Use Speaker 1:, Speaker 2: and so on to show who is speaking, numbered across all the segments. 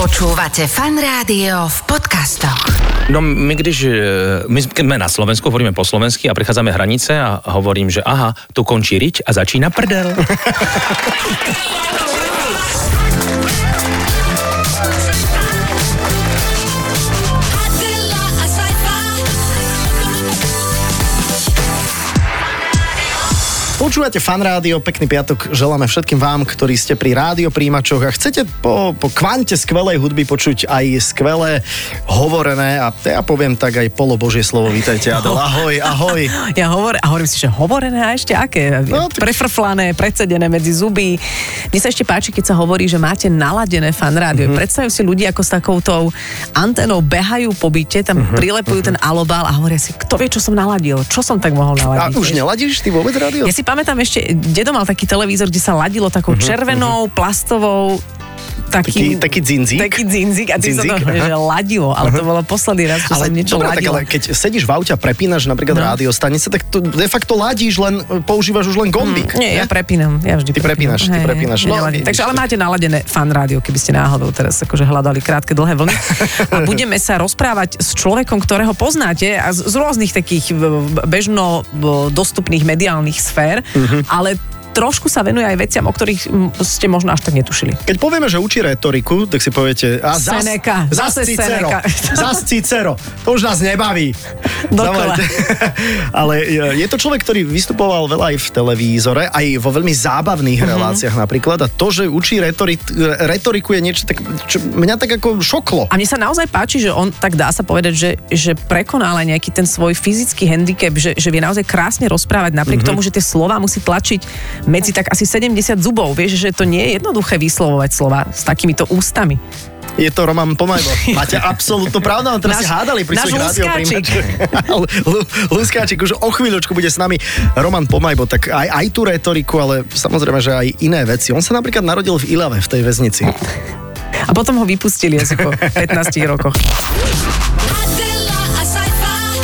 Speaker 1: Počúvate fan rádio v podcastoch.
Speaker 2: No my když, e, my keď sme na Slovensku, hovoríme po slovensky a prechádzame hranice a hovorím, že aha, tu končí riť a začína prdel.
Speaker 3: Adela, a sci-fi.
Speaker 4: Počúvate fan rádio, pekný piatok želáme všetkým vám, ktorí ste pri rádiopríjimačoch a chcete po, po kvante skvelej hudby počuť aj skvelé hovorené a ja poviem tak aj polobožie slovo. Vítajte Adel, ahoj, ahoj.
Speaker 5: Ja hovor, a hovorím si, že hovorené a ešte aké?
Speaker 4: No,
Speaker 5: No,
Speaker 4: ty-
Speaker 5: Prefrflané, predsedené medzi zuby. Mne sa ešte páči, keď sa hovorí, že máte naladené fan rádio.
Speaker 4: Mhm.
Speaker 5: Mm-hmm. Predstavujú si ľudia ako s takoutou antenou behajú po byte,
Speaker 4: Mhm,
Speaker 5: tam mm-hmm. prilepujú ten alobál a hovoria si, kto vie, čo som naladil, čo som tak mohol
Speaker 4: A
Speaker 5: naladiť.
Speaker 4: už
Speaker 5: vieš?
Speaker 4: neladíš ty vôbec rádio?
Speaker 5: Ja si pamätám ešte, dedo mal taký televízor, kde sa ladilo takou červenou, plastovou, takým,
Speaker 4: Mhm, Taký- taký dzindzík?
Speaker 5: Taký dzinzik a ty sa
Speaker 4: Dzindzík,
Speaker 5: to
Speaker 4: aha.
Speaker 5: že ladilo, ale to bolo posledný raz, čo som niečo
Speaker 4: dobre, tak,
Speaker 5: ladila.
Speaker 4: ale keď sedíš v aute a prepínaš napríklad no. rádiostanice, tak to de facto ladíš, len e, používaš už len gombík.
Speaker 5: Mm, Nie, ja prepínam. Ja vždy
Speaker 4: Ty prepínaš, ty prepínaš.
Speaker 5: No,
Speaker 4: No, vidíš
Speaker 5: Takže ale
Speaker 4: to.
Speaker 5: máte naladené fan rádio, keby ste náhodou teraz akože hľadali krátke, dlhé vlny. A budeme sa rozprávať s človekom, ktorého poznáte a z, z rôznych takých v- v- bežno v- dostupných mediálnych sfér,
Speaker 4: Mhm.
Speaker 5: ale trošku sa venuje aj veciam, o ktorých m, ste možno až tak netušili.
Speaker 4: Keď povieme, že učí retoriku, tak si poviete... A
Speaker 5: Seneca,
Speaker 4: Zas,
Speaker 5: zase
Speaker 4: Cicero,
Speaker 5: Seneca.
Speaker 4: zas Cicero. To už nás nebaví.
Speaker 5: Dokola.
Speaker 4: Zavolajte. Ale e, je- je to človek, ktorý vystupoval veľa aj v televízore, aj vo veľmi zábavných
Speaker 5: Mhm.
Speaker 4: reláciách napríklad. A to, že učí retori- retoriku je niečo tak... Čo, mňa tak ako šoklo.
Speaker 5: A mne sa naozaj páči, že on, tak dá sa povedať, že, že prekonal aj nejaký ten svoj fyzický handicap, že, že vie naozaj krásne rozprávať, napriek mm-hmm. tomu, že tie slova musí tlačiť medzi tak asi 70 zubov. Vieš, že to nie je jednoduché vyslovovať slova s takýmito ústami.
Speaker 4: Je to Roman Pomajbo. Máte absolútnu pravdu, ale teraz
Speaker 5: Náš-
Speaker 4: si hádali pri
Speaker 5: náš
Speaker 4: svojich
Speaker 5: Luskáčik.
Speaker 4: rádioprímačoch. Lu- Luskáčik už o chvíľočku bude s nami. Roman Pomajbo, tak aj, aj tú retoriku, ale samozrejme, že aj iné veci. On sa napríklad narodil v Ilave, v tej väznici.
Speaker 5: A potom ho vypustili asi po 15 rokoch.
Speaker 3: Adela, a sci-fi.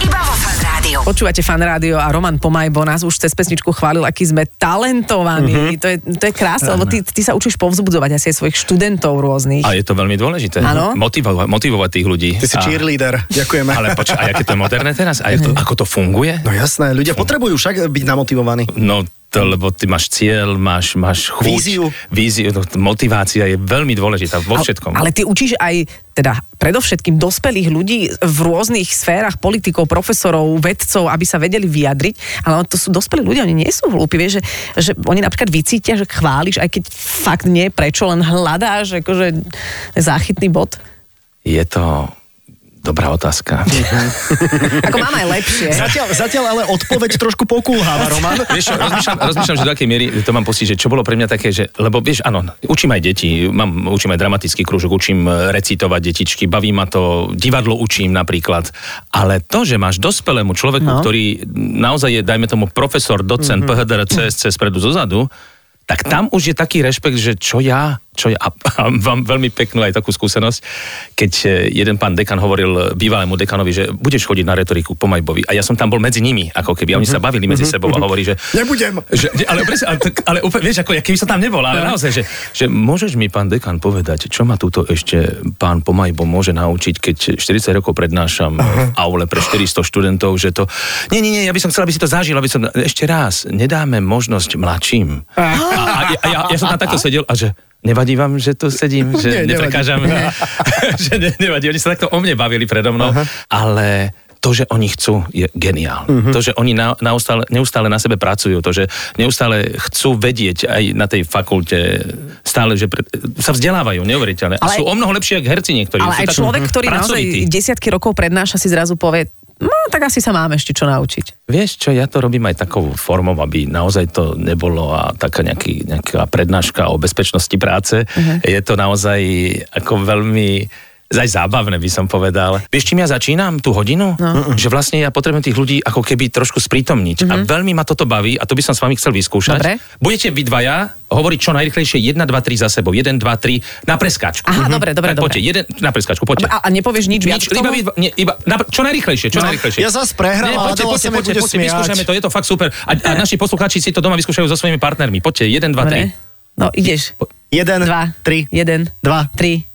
Speaker 1: Iba vo fan rádiu.
Speaker 5: Počúvate fan rádio a Roman Pomajbo nás už cez pesničku chválil, aký sme talentovaní. To, je, to je krásne, lebo ty, ty sa učíš povzbudzovať asi aj svojich študentov rôznych.
Speaker 2: A je to veľmi dôležité.
Speaker 5: Áno.
Speaker 2: Motivovať, motivovať tých ľudí.
Speaker 4: Ty si
Speaker 2: A-
Speaker 4: cheerleader, ďakujeme.
Speaker 2: Ale počkaj, a aké to je moderné teraz? A jak to, ako to funguje?
Speaker 4: No jasné, ľudia potrebujú však byť namotivovaní.
Speaker 2: No, to, lebo ty máš cieľ, máš, máš chuť.
Speaker 4: Víziu.
Speaker 2: Víziu, no, motivácia je veľmi dôležitá vo všetkom.
Speaker 5: Ale ty učíš aj teda predovšetkým dospelých ľudí v rôznych sférach, politikov, profesorov, vedcov, aby sa vedeli vyjadriť, ale to sú dospelí ľudia, oni nie sú hlúpi, vieš, že, že oni napríklad vycítia, že chváliš, aj keď fakt nie, prečo len hľadáš akože záchytný bod.
Speaker 2: Je to dobrá otázka.
Speaker 5: Ako mám aj lepšie.
Speaker 4: Zatiaľ, zatiaľ ale odpoveď trošku pokulháva, Roman.
Speaker 2: Vieš, čo, rozmýšľam, rozmýšľam, že do akej miery to mám pocit, že čo bolo pre mňa také, že, lebo vieš, áno, učím aj deti, mám, učím aj dramatický krúžok, učím e, recitovať detičky, baví ma to, divadlo učím napríklad, ale to, že máš dospelému človeku, no.
Speaker 5: No.
Speaker 2: ktorý naozaj je, dajme tomu, profesor, docent, mm-hmm. PHDR, CSC, spredu, zozadu, tak tam už je taký rešpekt, že čo ja, čo ja, a, a mám veľmi peknú aj takú skúsenosť, keď e, jeden pán dekan hovoril bývalému dekanovi, že budeš chodiť na retoriku po Majbovi. A ja som tam bol medzi nimi, ako keby, a oni sa bavili medzi sebou a hovorí, že
Speaker 4: Nebudem.
Speaker 2: že, ale, presne, ale, tak- ale úplne, vieš, ako, ja keby som tam nebol, ale naozaj, že, No. že môžeš mi, pán dekan, povedať, čo ma túto ešte pán Pomajbo môže naučiť, keď 40 rokov prednášam v aule pre 400 študentov, že to... Nie, nie, nie, ja by som chcel, aby si to zažil, aby som... Ešte raz, nedáme možnosť mladším. A, a, a ja, ja som tam takto sedel a že... Nevadí vám, že tu sedím, že
Speaker 4: Nie, nevadí.
Speaker 2: neprekážam, že ne, nevadí. Oni sa takto o mne bavili predo mnou, ale to, že oni chcú, je geniálne. Mm-hmm. To, že oni na, naustále, neustále na sebe pracujú, to, že neustále chcú vedieť aj na tej fakulte, stále, že pre, sa vzdelávajú, neuveriteľné. A
Speaker 5: Ale-
Speaker 2: sú o mnoho lepšie, ako herci niektorí.
Speaker 5: Ale
Speaker 2: sú
Speaker 5: aj
Speaker 2: tak
Speaker 5: človek, ktorý
Speaker 2: pracovití.
Speaker 5: naozaj desiatky rokov prednáša, si zrazu povie, no tak asi sa mám ešte čo naučiť.
Speaker 2: Vieš čo, ja to robím aj takou formou, aby naozaj to nebolo a taká nejaký, nejaká prednáška o bezpečnosti práce. Uh-huh.
Speaker 5: Mhm.
Speaker 2: Je to naozaj ako veľmi aj zábavné by som povedal. Vieš, čím ja začínam tú hodinu? No. Že vlastne ja potrebujem tých ľudí ako keby trošku sprítomniť. Mm-hmm. A veľmi ma toto baví a to by som s vami chcel vyskúšať.
Speaker 5: Mhm. Dobre.
Speaker 2: Budete vy dvaja hovoriť čo najrychlejšie 1, 2, 3 za sebou. 1, 2, 3 na preskačku.
Speaker 5: Aha,
Speaker 2: Mhm.
Speaker 5: dobre, dobre,
Speaker 2: tak
Speaker 5: dobre.
Speaker 2: Poďte, jeden, na preskačku, poďte.
Speaker 5: A, a nepovieš nič, viac k
Speaker 2: iba,
Speaker 5: tomu?
Speaker 2: vy dva- nie, iba, na, čo najrychlejšie, čo
Speaker 4: No,
Speaker 2: najrychlejšie.
Speaker 4: ja zas prehrám, ale
Speaker 2: poďte,
Speaker 4: Adela
Speaker 2: poďte,
Speaker 4: sa mi
Speaker 2: poďte,
Speaker 4: bude
Speaker 2: poďte,
Speaker 4: smiať.
Speaker 2: vyskúšame to, je to fakt super. A, a naši poslucháči si to doma vyskúšajú so svojimi partnermi. Poďte, 1, 2, 3.
Speaker 5: Dobre. No ideš.
Speaker 4: Jeden,
Speaker 5: Dva.
Speaker 4: tri,
Speaker 5: Jeden.
Speaker 4: dva,
Speaker 5: Tri.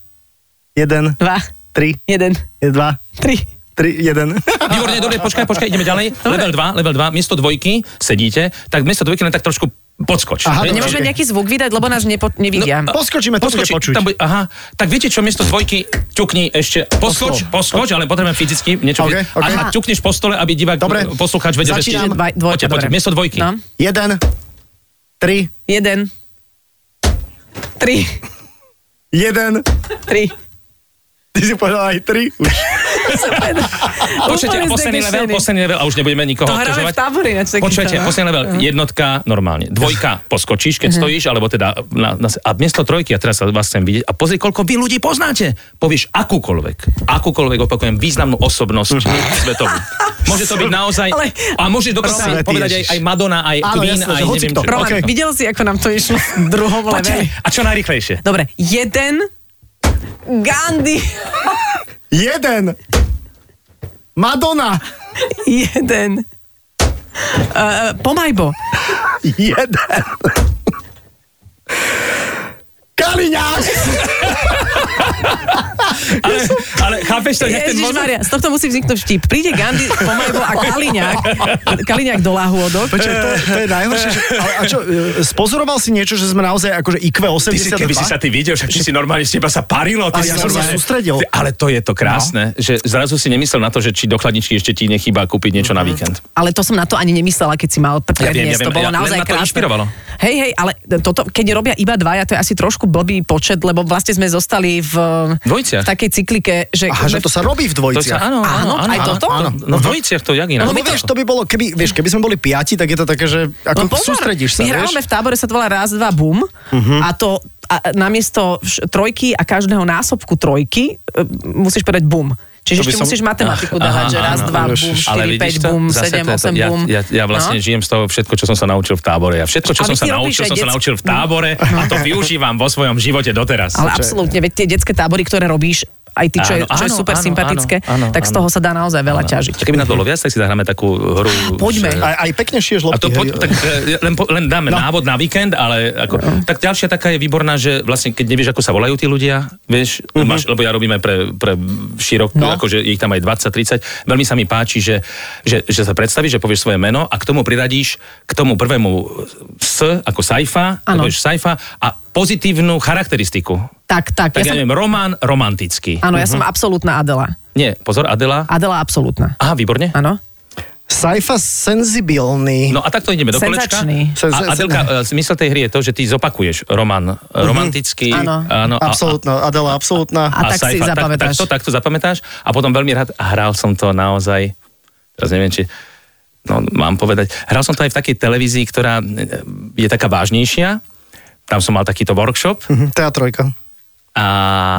Speaker 4: jeden,
Speaker 5: Dva.
Speaker 4: tri,
Speaker 5: Jeden.
Speaker 4: dva,
Speaker 5: Tri.
Speaker 4: tri, jeden.
Speaker 2: Výborne, dobre, počkaj, počkaj, ideme ďalej. Level 2, level 2, miesto dvojky, sedíte, tak miesto dvojky len tak trošku podskoč. Vieš?
Speaker 4: Aha, dobre.
Speaker 5: Nemôžeme
Speaker 4: Počkej.
Speaker 5: nejaký zvuk vydať, lebo nás nepo, nevidia.
Speaker 4: No, Poskočíme, to bude počuť.
Speaker 2: Tam bude, aha, tak viete čo, miesto dvojky ťukni ešte, poskoč, poskoč, ale potrebujem fyzicky niečo.
Speaker 4: Ok,
Speaker 2: Okay,
Speaker 4: ok.
Speaker 2: okay. A ťukneš po stole, aby divák,
Speaker 4: Dobre.
Speaker 2: poslucháč vedel, že...
Speaker 4: Začínam.
Speaker 5: Dvaj-
Speaker 2: Poďte,
Speaker 5: dvojka,
Speaker 2: poďte,
Speaker 5: dobre.
Speaker 2: miesto dvojky.
Speaker 5: No.
Speaker 4: Jeden, tri,
Speaker 5: Jeden. Tri.
Speaker 4: jeden.
Speaker 5: Tri.
Speaker 4: Ty si povedal aj tri. Už.
Speaker 5: Super.
Speaker 2: Počujete, a
Speaker 5: Úplne
Speaker 2: posledný level,
Speaker 5: zdegeštený.
Speaker 2: posledný level, a už nebudeme nikoho
Speaker 5: To hráme
Speaker 2: obťažovať.
Speaker 5: v tábore. ináč takýto,
Speaker 2: Počujete,
Speaker 5: no.
Speaker 2: posledný level, jednotka normálne, dvojka poskočíš, keď stojíš, alebo teda na, na, a miesto trojky, a teraz sa vás chcem vidieť, a pozri, koľko vy ľudí poznáte. Povieš akúkoľvek, akúkoľvek, opakujem, významnú osobnosť svetovú. Môže to byť naozaj,
Speaker 5: Ale-
Speaker 2: a môže dokonca
Speaker 4: Svetý
Speaker 2: povedať aj,
Speaker 4: Ježiš.
Speaker 2: aj Madonna, aj
Speaker 4: Áno,
Speaker 2: Queen,
Speaker 4: jasné,
Speaker 2: aj
Speaker 4: že
Speaker 2: neviem
Speaker 4: hocikto.
Speaker 2: čo.
Speaker 5: Roman,
Speaker 2: Hocikto.
Speaker 5: okay. videl si, ako nám to išlo v druhom
Speaker 2: Poďte,
Speaker 5: leveli?
Speaker 2: a čo najrychlejšie?
Speaker 5: Dobre, jeden. Gandhi.
Speaker 4: Jeden. Madonna.
Speaker 5: Jeden. Uh, pomajbo.
Speaker 4: Jeden. Kaliňák.
Speaker 2: Ale, ale chápeš to, jak ten
Speaker 5: Ježiš
Speaker 2: mozog...
Speaker 5: Maria, z tohto musí vzniknúť vtip. Príde Gandhi, pomajbo a Kaliňák. Kaliňák do lahôdok.
Speaker 4: Počkaj, to, je- to je najhoršie. Že, ale, a čo, e, spozoroval si niečo, že sme naozaj akože IQ
Speaker 2: Ty si, keby si sa
Speaker 4: 82?
Speaker 2: ty videl, však či si normálne, z teba sa parilo. Ty
Speaker 4: Ale
Speaker 2: si
Speaker 4: ja som sa
Speaker 2: normálne-
Speaker 4: sústredil.
Speaker 2: Ty- Ale to je to
Speaker 5: No.
Speaker 2: krásne, že zrazu si nemyslel na to, že či do chladničky ešte ti nechýba kúpiť niečo
Speaker 5: Mhm.
Speaker 2: na víkend.
Speaker 5: Ale to som na to ani nemyslela, keď si mal pr-
Speaker 2: Ja viem,
Speaker 5: predniesť.
Speaker 2: ja
Speaker 5: to
Speaker 2: viem,
Speaker 5: bolo
Speaker 2: ja- len
Speaker 5: naozaj
Speaker 2: ma to
Speaker 5: krásne.
Speaker 2: inšpirovalo.
Speaker 5: Hej, hej, ale toto, keď robia iba dvaja, to je asi trošku blbý počet, lebo vlastne sme zostali v,
Speaker 2: Dvojiciach.
Speaker 5: v takej cyklike, že...
Speaker 4: Aha, že to sa robí
Speaker 2: To
Speaker 4: v
Speaker 2: sa,
Speaker 4: dvojiciach.
Speaker 2: áno, áno,
Speaker 5: Áno,
Speaker 2: áno,
Speaker 5: aj toto?
Speaker 2: Áno. No v dvojiciach to jak inak.
Speaker 4: Lebo vieš, to by bolo, keby, vieš, keby sme boli piati, tak je to také, že
Speaker 2: No,
Speaker 4: ako sústredíš sa, vieš?
Speaker 5: No, my
Speaker 4: Mhm.
Speaker 5: hrávame v tábore, sa to volá raz, dva, bum. Uh-huh. A to a, a namiesto vš- trojky a každého násobku trojky e, musíš povedať bum.
Speaker 2: To
Speaker 5: Čiže
Speaker 2: by
Speaker 5: ešte
Speaker 2: som-
Speaker 5: musíš matematiku
Speaker 2: Ach,
Speaker 5: dávať,
Speaker 2: aha,
Speaker 5: že raz,
Speaker 2: áno,
Speaker 5: dva,
Speaker 4: ale
Speaker 5: bum,
Speaker 4: už-
Speaker 2: Ale
Speaker 5: štyri, päť,
Speaker 2: vidíš to?
Speaker 5: bum,
Speaker 2: Zase to je
Speaker 5: sedem,
Speaker 2: to-
Speaker 5: osem,
Speaker 2: ja,
Speaker 5: bum. No?
Speaker 2: ja, ja vlastne žijem z toho všetko, čo som sa naučil v tábore. Ja všetko, čo
Speaker 5: Ale
Speaker 2: som sa
Speaker 5: ty robíš
Speaker 2: naučil,
Speaker 5: aj
Speaker 2: som sa
Speaker 5: detsk-
Speaker 2: naučil v tábore a to využívam vo svojom živote doteraz.
Speaker 5: Ale absolútne, veď tie detské tábory, ktoré robíš, aj ty, čo, je,
Speaker 2: Áno,
Speaker 5: čo je
Speaker 2: áno,
Speaker 5: super
Speaker 2: áno,
Speaker 5: sympatické,
Speaker 2: áno, áno,
Speaker 5: tak z
Speaker 2: áno.
Speaker 5: toho sa dá naozaj veľa ťažiť.
Speaker 2: A keby na to viac, No. tak si zahráme takú hru.
Speaker 5: Poďme.
Speaker 2: že-
Speaker 4: Aj, aj pekne
Speaker 2: A
Speaker 4: šieš lopty.
Speaker 2: to
Speaker 4: hej.
Speaker 2: poď, tak, e, len, po- len dáme no. návod na víkend, ale ako, tak ďalšia taká je výborná, že vlastne keď nevieš, ako sa volajú tí ľudia, vieš, mm-hmm. máš, lebo ja robíme pre, pre širok, no. akože ich tam aj 20-30, veľmi sa mi páči, že, že, že sa predstavíš, že povieš svoje meno a k tomu priradíš k tomu prvému S ako sajfa,
Speaker 5: Áno.
Speaker 2: povieš sajfa a pozitívnu charakteristiku.
Speaker 5: Tak, tak.
Speaker 2: Tak ja,
Speaker 5: ja som,
Speaker 2: neviem, Mhm. Roman romantický.
Speaker 5: áno, ja som absolútna Adela.
Speaker 2: Nie, pozor, Adela.
Speaker 5: Adela absolútna.
Speaker 2: Aha, výborne.
Speaker 5: Áno.
Speaker 4: Saifa senzibilný.
Speaker 2: No a takto ideme do kolečka.
Speaker 5: Senzačný.
Speaker 4: Sen- sen- Mhm.
Speaker 2: A Adelka, e, zmysel tej hry je to, že ty zopakuješ román e, romantický.
Speaker 5: Áno.
Speaker 2: áno a-
Speaker 4: Absolútna, Adela, absolútna.
Speaker 5: A tak si
Speaker 2: sajfa,
Speaker 5: zapamätáš.
Speaker 2: Tak, tak, to, tak to zapamätáš. A potom veľmi rád, a hral som to naozaj, teraz neviem, či no, mám povedať, hral som to aj v takej televízii, ktorá e, je taká vážnejšia. Tam som mal takýto workshop.
Speaker 4: Mhm, Teatrojka.
Speaker 2: A,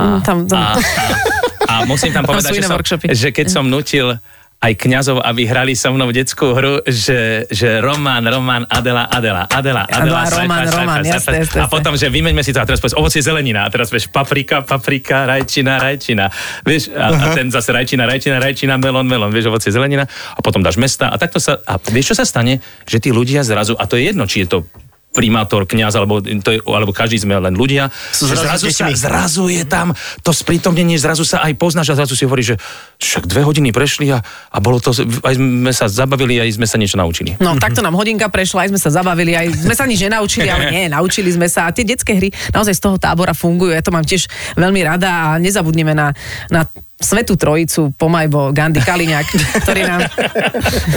Speaker 5: Mm, tam- tam-
Speaker 2: a, a, a musím tam
Speaker 5: Tam
Speaker 2: povedať,
Speaker 5: sú
Speaker 2: že,
Speaker 5: iné
Speaker 2: som,
Speaker 5: workshopy.
Speaker 2: že keď som nutil aj kňazov, aby hrali so mnou detskú hru, že, že Roman, Roman, Adela, Adela, Adela,
Speaker 5: Adela,
Speaker 2: Adela, sajfa,
Speaker 5: Roman,
Speaker 2: sajfa,
Speaker 5: Roman,
Speaker 2: sajfa.
Speaker 5: jasné, jasné,
Speaker 2: A
Speaker 5: jasné.
Speaker 2: potom, že vymeňme si to a teraz povieš ovocie zelenina a teraz vieš paprika, paprika, rajčina, rajčina. Vieš, a, a ten zase rajčina, rajčina, rajčina, melón, melón, vieš, ovocie zelenina a potom dáš mesta a takto sa, a vieš, čo sa stane? Že tí ľudia zrazu, a to je jedno, či je to primátor, kňaz, alebo, to je, alebo každý sme len ľudia,
Speaker 4: Sú
Speaker 2: že zrazu,
Speaker 4: zrazu
Speaker 2: sa,
Speaker 4: deťmi.
Speaker 2: zrazu je tam to sprítomnenie, zrazu sa aj poznáš a zrazu si hovorí, že však dve hodiny prešli a, a bolo to, aj sme sa zabavili, aj sme sa niečo naučili.
Speaker 5: No, takto nám hodinka prešla, aj sme sa zabavili, aj sme sa nič nenaučili, ale nie, naučili sme sa. A tie detské hry naozaj z toho tábora fungujú, ja to mám tiež veľmi rada a nezabudneme na, na Svetú Trojicu, Pomajbo, Gandhi Kaliňák, ktorí nám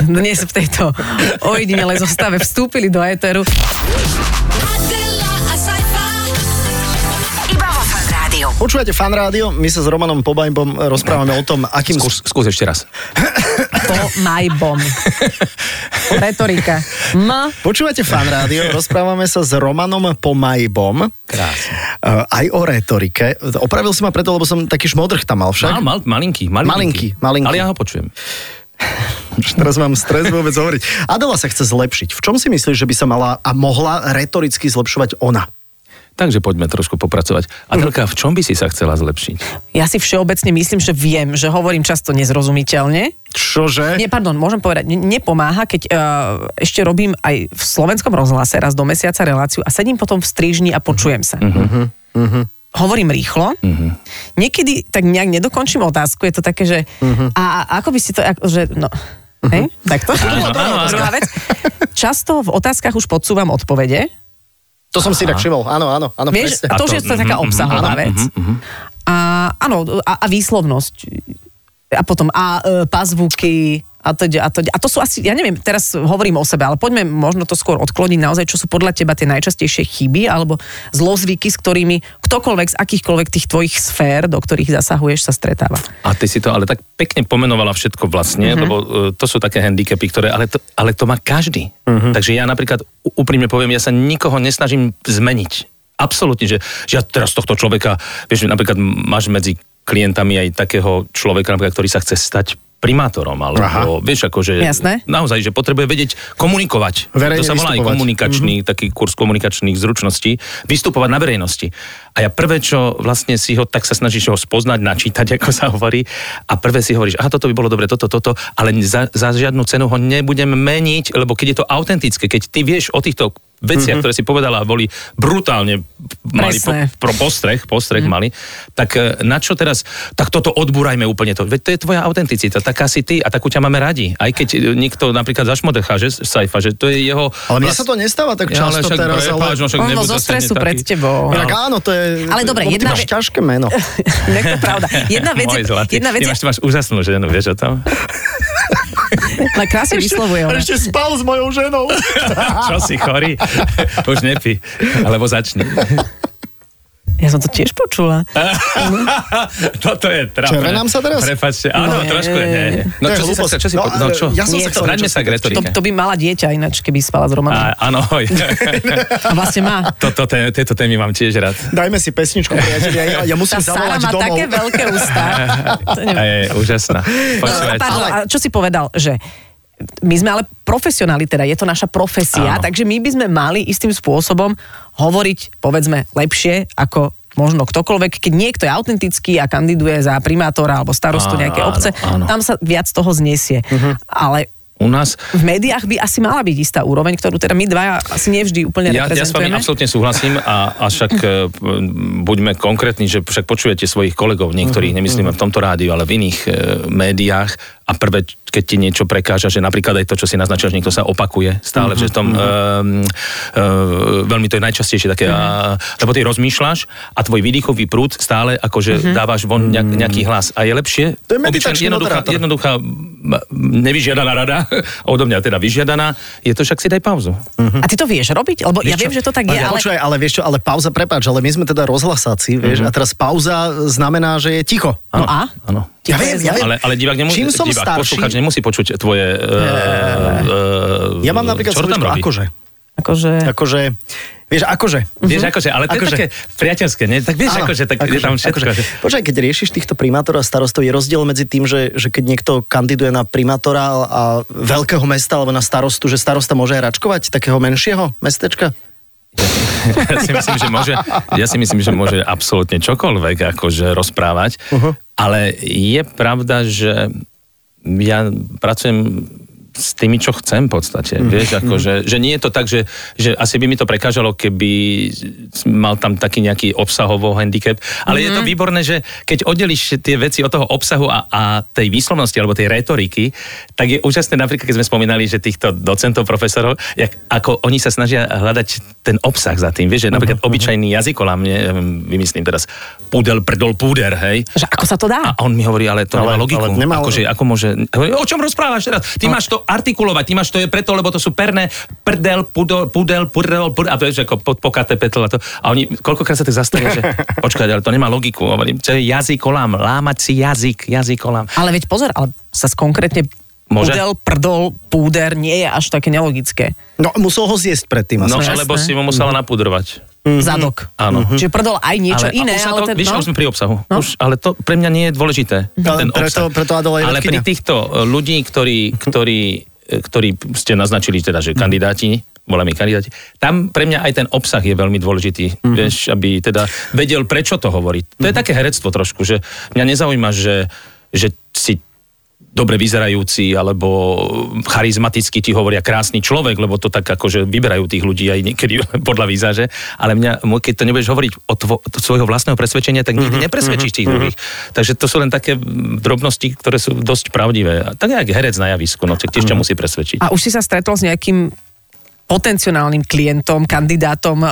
Speaker 5: dnes v tejto ojedinelej zostave vstúpili do éteru.
Speaker 3: Adela
Speaker 1: Iba vo Fan Rádiu.
Speaker 4: Počúvate fan rádio, my sa s Romanom Pobajbom rozprávame o tom, akým...
Speaker 2: Skús, skús ešte raz.
Speaker 5: Pomajbom. Retorika. M.
Speaker 4: Počúvate fan rádio, rozprávame sa s Romanom Pomajbom.
Speaker 2: Krásne.
Speaker 4: Eh, Aj o retorike. Opravil si ma preto, lebo som taký šmodrch tam mal však.
Speaker 2: Mal, mal, malinký, malinký.
Speaker 4: Malinký, malinký.
Speaker 2: Ale ja ho počujem.
Speaker 4: Už Teraz mám stres vôbec hovoriť. Adela sa chce zlepšiť. V čom si myslíš, že by sa mala a mohla retoricky zlepšovať ona?
Speaker 2: Takže poďme trošku popracovať. Adelka, v čom by si sa chcela zlepšiť?
Speaker 5: Ja si všeobecne myslím, že viem, že hovorím často nezrozumiteľne.
Speaker 4: Čože?
Speaker 5: Nie, pardon, môžem povedať, ne- nepomáha, keď uh, ešte robím aj v slovenskom rozhlase raz do mesiaca reláciu a sedím potom v strižni a počujem sa.
Speaker 2: Mhm,
Speaker 5: Uh-huh. Hovorím rýchlo. Uh-huh. Niekedy tak nejak nedokončím otázku, je to také, že
Speaker 2: Mhm.
Speaker 5: uh-huh. a, a ako by si to, ako, že no, uh-huh. hej, tak to.
Speaker 2: Áno, áno, áno.
Speaker 5: Druhá vec, často v otázkach už podsúvam odpovede.
Speaker 4: To som si tak všimol, áno, áno, áno,
Speaker 5: Vieš,
Speaker 4: presne.
Speaker 5: to,
Speaker 2: to-
Speaker 5: že to je taká
Speaker 2: mhm, mhm,
Speaker 5: obsahová
Speaker 2: áno,
Speaker 5: vec. A áno, a, a výslovnosť. A potom a e, pazvuky a to, a, to, a to sú asi, ja neviem, teraz hovorím o sebe, ale poďme možno to skôr odkloniť naozaj, čo sú podľa teba tie najčastejšie chyby alebo zlozvyky, s ktorými ktokoľvek z akýchkoľvek tých tvojich sfér, do ktorých zasahuješ, sa stretáva.
Speaker 2: A ty si to ale tak pekne pomenovala všetko vlastne, lebo e, to sú také handicapy, ktoré, ale to, ale to má každý. Takže ja napríklad ú- úprimne poviem, ja sa nikoho nesnažím zmeniť. Absolútne, že, že ja teraz tohto človeka, vieš, napríklad máš medzi klientami aj takého človeka, napríklad, ktorý sa chce stať primátorom, alebo Aha. vieš, akože
Speaker 5: Jasné.
Speaker 2: naozaj, že potrebuje vedieť komunikovať. to
Speaker 4: Verejne
Speaker 2: sa volá aj
Speaker 4: vystupovať.
Speaker 2: komunikačný,
Speaker 4: Mhm.
Speaker 2: mm-hmm. taký kurz komunikačných zručností, vystupovať na verejnosti. A ja prvé, čo vlastne si ho, tak sa snažíš ho spoznať, načítať, ako sa hovorí, a prvé si hovoríš, aha, toto by bolo dobre, toto, toto, ale za, za žiadnu cenu ho nebudem meniť, lebo keď je to autentické, keď ty vieš o týchto
Speaker 4: Mhm.
Speaker 2: veciach, mm-hmm. ktoré si povedala, boli brutálne mali po,
Speaker 5: Presné.
Speaker 2: pro postreh, postreh
Speaker 4: Mhm.
Speaker 2: mm. mali, tak e, na čo teraz, tak toto odbúrajme úplne to. Veď to je tvoja autenticita, taká si ty a takú ťa máme radi. Aj keď e, niekto napríklad zašmodrchá, že z Saifa, že to je jeho...
Speaker 4: Ale mne sa to nestáva tak
Speaker 2: Ja, ale však
Speaker 4: často teraz,
Speaker 2: prepáč,
Speaker 4: ale...
Speaker 2: no však
Speaker 5: Ono
Speaker 2: nebuď
Speaker 5: zo
Speaker 2: zase
Speaker 5: stresu
Speaker 2: netaký.
Speaker 5: pred tebou.
Speaker 2: No,
Speaker 4: Tak áno, to je...
Speaker 5: Ale dobre,
Speaker 4: lebo ty
Speaker 5: jedna
Speaker 4: máš
Speaker 5: vec-
Speaker 4: ťažké meno.
Speaker 5: Inak to je pravda. Jedna vec, je,
Speaker 2: Môj zlatý,
Speaker 5: jedna vec
Speaker 2: ty
Speaker 5: je,
Speaker 2: máš, ty máš úžasnú ženu, vieš o tom?
Speaker 5: ale krásne vyslovuje ona.
Speaker 4: Ešte spal s mojou ženou.
Speaker 2: čo si chorý? Už nepí, alebo začni.
Speaker 5: Ja som to tiež počula.
Speaker 2: Toto je trapné.
Speaker 4: Červe nám sa teraz?
Speaker 2: Prepačte, áno,
Speaker 5: Nie.
Speaker 2: trošku je, nie, nie.
Speaker 4: To
Speaker 2: No čo
Speaker 4: je
Speaker 2: si sa
Speaker 4: hlúposť.
Speaker 2: chce, čo si
Speaker 4: No,
Speaker 2: po- no
Speaker 4: ale
Speaker 2: čo?
Speaker 4: ja som
Speaker 5: sa chcel
Speaker 2: Vráťme sa k
Speaker 5: To,
Speaker 2: retorike.
Speaker 5: to by mala dieťa ináč, keby spala s Romanom.
Speaker 2: Á, Áno,
Speaker 5: A vlastne má.
Speaker 2: toto, te- tieto témy mám tiež rád.
Speaker 4: Dajme si pesničku, priatelia. Ja, ja
Speaker 5: Tá
Speaker 4: musím
Speaker 5: Sara
Speaker 4: zavolať
Speaker 5: má
Speaker 4: domov.
Speaker 5: také veľké ústa. To
Speaker 2: A
Speaker 5: neviem.
Speaker 2: je úžasná.
Speaker 5: No,
Speaker 2: Počúvajte.
Speaker 5: pardon, a čo si povedal, že my sme ale profesionáli, teda je to naša
Speaker 2: Áno.
Speaker 5: profesia, takže my by sme mali istým spôsobom hovoriť, povedzme, lepšie ako možno ktokoľvek, keď niekto je autentický a kandiduje za primátora alebo starostu
Speaker 2: Áno,
Speaker 5: nejakej
Speaker 2: áno,
Speaker 5: obce,
Speaker 2: áno. Mhm.
Speaker 5: tam sa viac toho znesie. Ale
Speaker 2: U nás
Speaker 5: v médiách by asi mala byť istá úroveň, ktorú teda my dvaja asi nevždy úplne
Speaker 2: ja, ja s vami
Speaker 5: reprezentujeme.
Speaker 2: absolútne súhlasím a, a však e, m, buďme konkrétni, že však počujete svojich kolegov, niektorých nemyslíme v tomto rádiu, ale v iných e, médiách a prvé, keď ti niečo prekáža, že napríklad aj to, čo si naznačil, že niekto sa opakuje stále, že v tom e, e, veľmi to je najčastejšie také, a, lebo ty rozmýšľaš a tvoj výdychový prúd stále akože dávaš von nejak, nejaký hlas a je lepšie.
Speaker 4: To je
Speaker 2: obyčajne
Speaker 4: meditačný
Speaker 2: jednoduchá,
Speaker 4: moderátor.
Speaker 2: jednoduchá m, nevyžiadaná rada, odo mňa teda vyžiadaná, je to však si daj pauzu.
Speaker 5: A ty to vieš robiť? Lebo ja
Speaker 2: Vieš
Speaker 5: viem,
Speaker 2: čo?
Speaker 5: že to tak
Speaker 4: Ale,
Speaker 5: je, ale...
Speaker 4: Počúvaj, ale vieš čo, ale pauza, prepáč, ale my sme teda rozhlasáci, vieš, a teraz pauza znamená, že je ticho.
Speaker 5: No a?
Speaker 2: Mhm. Áno.
Speaker 5: Ticho
Speaker 4: Ja viem,
Speaker 5: je
Speaker 4: ja
Speaker 5: zlo.
Speaker 4: viem.
Speaker 2: Ale, ale divák nemusí,
Speaker 4: Čím som
Speaker 2: divák,
Speaker 4: starší-
Speaker 2: poslucháč nemusí počuť tvoje... Uh, uh,
Speaker 4: Ja mám napríklad
Speaker 2: čo tam
Speaker 4: slovičko
Speaker 2: robí?
Speaker 4: akože.
Speaker 5: Akože...
Speaker 4: Akože, vieš, akože.
Speaker 2: Vieš, akože, ale to
Speaker 4: Akože.
Speaker 2: je také priateľské, nie? Tak vieš, akože, tak je tam všetko. Akože.
Speaker 4: Počkaj, keď riešiš týchto primátorov a starostov, je rozdiel medzi tým, že, že keď niekto kandiduje na primátora a veľkého mesta alebo na starostu, že starosta môže aj račkovať takého menšieho mestečka?
Speaker 2: Ja si myslím, že môže, ja si myslím, že môže absolútne čokoľvek akože rozprávať, uh-huh. ale je pravda, že ja pracujem s tými, čo chcem v podstate. Mm. Vieš, akože, že nie je to tak, že, že asi by mi to prekážalo, keby mal tam taký nejaký obsahovo handicap. Ale mm. je to výborné, že keď oddeliš tie veci od toho obsahu a, a tej výslovnosti alebo tej retoriky, tak je úžasné napríklad, keď sme spomínali, že týchto docentov, profesorov, jak, ako oni sa snažia hľadať ten obsah za tým. Vieš, že napríklad obyčajný jazykolám, ne- vymyslím teraz, púdel, prdol, púder, hej.
Speaker 5: Že ako sa to dá?
Speaker 2: A on mi hovorí, ale to nemá
Speaker 4: Ale-
Speaker 2: logiku.
Speaker 4: ale nemá-
Speaker 2: Akože, ako môže... Hovorí, o čom rozprávaš teraz? Ty máš to artikulovať, ty máš to je preto, lebo to sú perné prdel, pudel, pudel, pudel, pudel a to je že ako pod pokaté petl a to. A oni koľkokrát sa tak zastavia, že počkaj, ale to nemá logiku. Hovorím, to je jazykolám, lámať si jazyk, jazykolám.
Speaker 5: Ale veď pozor, ale sa konkrétne
Speaker 2: Môže?
Speaker 5: pudel, prdol, púder nie je až také nelogické.
Speaker 4: No, musel ho zjesť predtým asi.
Speaker 2: No,
Speaker 5: jasné.
Speaker 2: alebo si mu musela napudrovať.
Speaker 5: Zadok.
Speaker 2: Mhm. Áno.
Speaker 4: Mhm.
Speaker 5: Čiže prdol aj niečo
Speaker 2: ale, a
Speaker 5: iné,
Speaker 2: už sa
Speaker 5: ale
Speaker 2: to,
Speaker 5: ten,
Speaker 2: Víš,
Speaker 5: no, Mhm.
Speaker 2: už sme pri obsahu. No? Už, ale to pre mňa nie je dôležité.
Speaker 4: Ale
Speaker 2: Ten
Speaker 4: preto-
Speaker 2: obsah.
Speaker 4: preto Adela je
Speaker 2: Ale pri
Speaker 4: vedkynia.
Speaker 2: týchto e, ľudí, ktorí, ktorí, e, ktorí ste naznačili teda, že kandidáti volení kandidáti. Tam pre mňa aj ten obsah je veľmi dôležitý, mm-hmm. vieš, aby teda vedel, prečo to hovorí. To je také herectvo trošku, že mňa nezaujíma, že, že si dobre vyzerajúci alebo charizmaticky ti hovoria krásny človek, lebo to tak akože vyberajú tých ľudí aj niekedy podľa výzaže, ale mňa, mo- keď to nebudeš hovoriť o tvo, od svojho vlastného presvedčenia, tak
Speaker 5: Mhm,
Speaker 2: nikdy nepresvedčíš tých druhých. Takže to sú len také mm, drobnosti, ktoré sú dosť pravdivé. A Tak je jak herec na javisku, no tak tiež ťa musí presvedčiť.
Speaker 5: Mhm. A už si sa stretol s nejakým potenciálnym klientom, kandidátom eh,